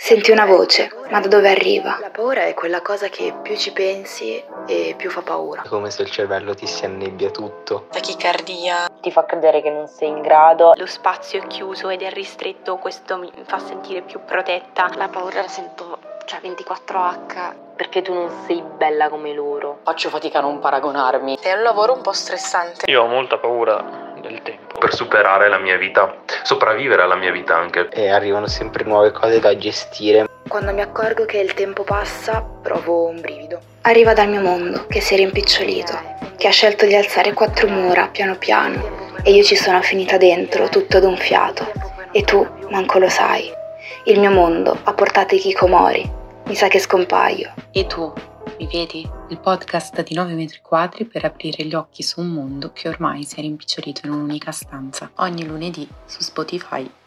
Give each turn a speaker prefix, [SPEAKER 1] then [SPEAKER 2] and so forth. [SPEAKER 1] Senti una voce, ma da dove arriva?
[SPEAKER 2] La paura è quella cosa che più ci pensi e più fa paura.
[SPEAKER 3] È come se il cervello ti si annebbia tutto.
[SPEAKER 4] Tachicardia.
[SPEAKER 5] Ti fa credere che non sei in grado.
[SPEAKER 6] Lo spazio è chiuso ed è ristretto, questo mi fa sentire più protetta.
[SPEAKER 7] La paura la sento, cioè 24H.
[SPEAKER 5] Perché tu non sei bella come loro.
[SPEAKER 8] Faccio fatica a non paragonarmi.
[SPEAKER 4] È un lavoro un po' stressante.
[SPEAKER 9] Io ho molta paura del tempo.
[SPEAKER 10] Per superare la mia vita, sopravvivere alla mia vita anche.
[SPEAKER 3] E arrivano sempre nuove cose da gestire.
[SPEAKER 2] Quando mi accorgo che il tempo passa, provo un brivido.
[SPEAKER 1] Arriva dal mio mondo, che si è rimpicciolito, che ha scelto di alzare quattro mura piano piano, e io ci sono finita dentro, tutto d'un fiato. E tu manco lo sai. Il mio mondo ha portato i Kikomori. Mi sa che scompaio.
[SPEAKER 11] E tu? Mi vedi? Il podcast di 9 metri quadri per aprire gli occhi su un mondo che ormai si è rimpicciolito in un'unica stanza. Ogni lunedì su Spotify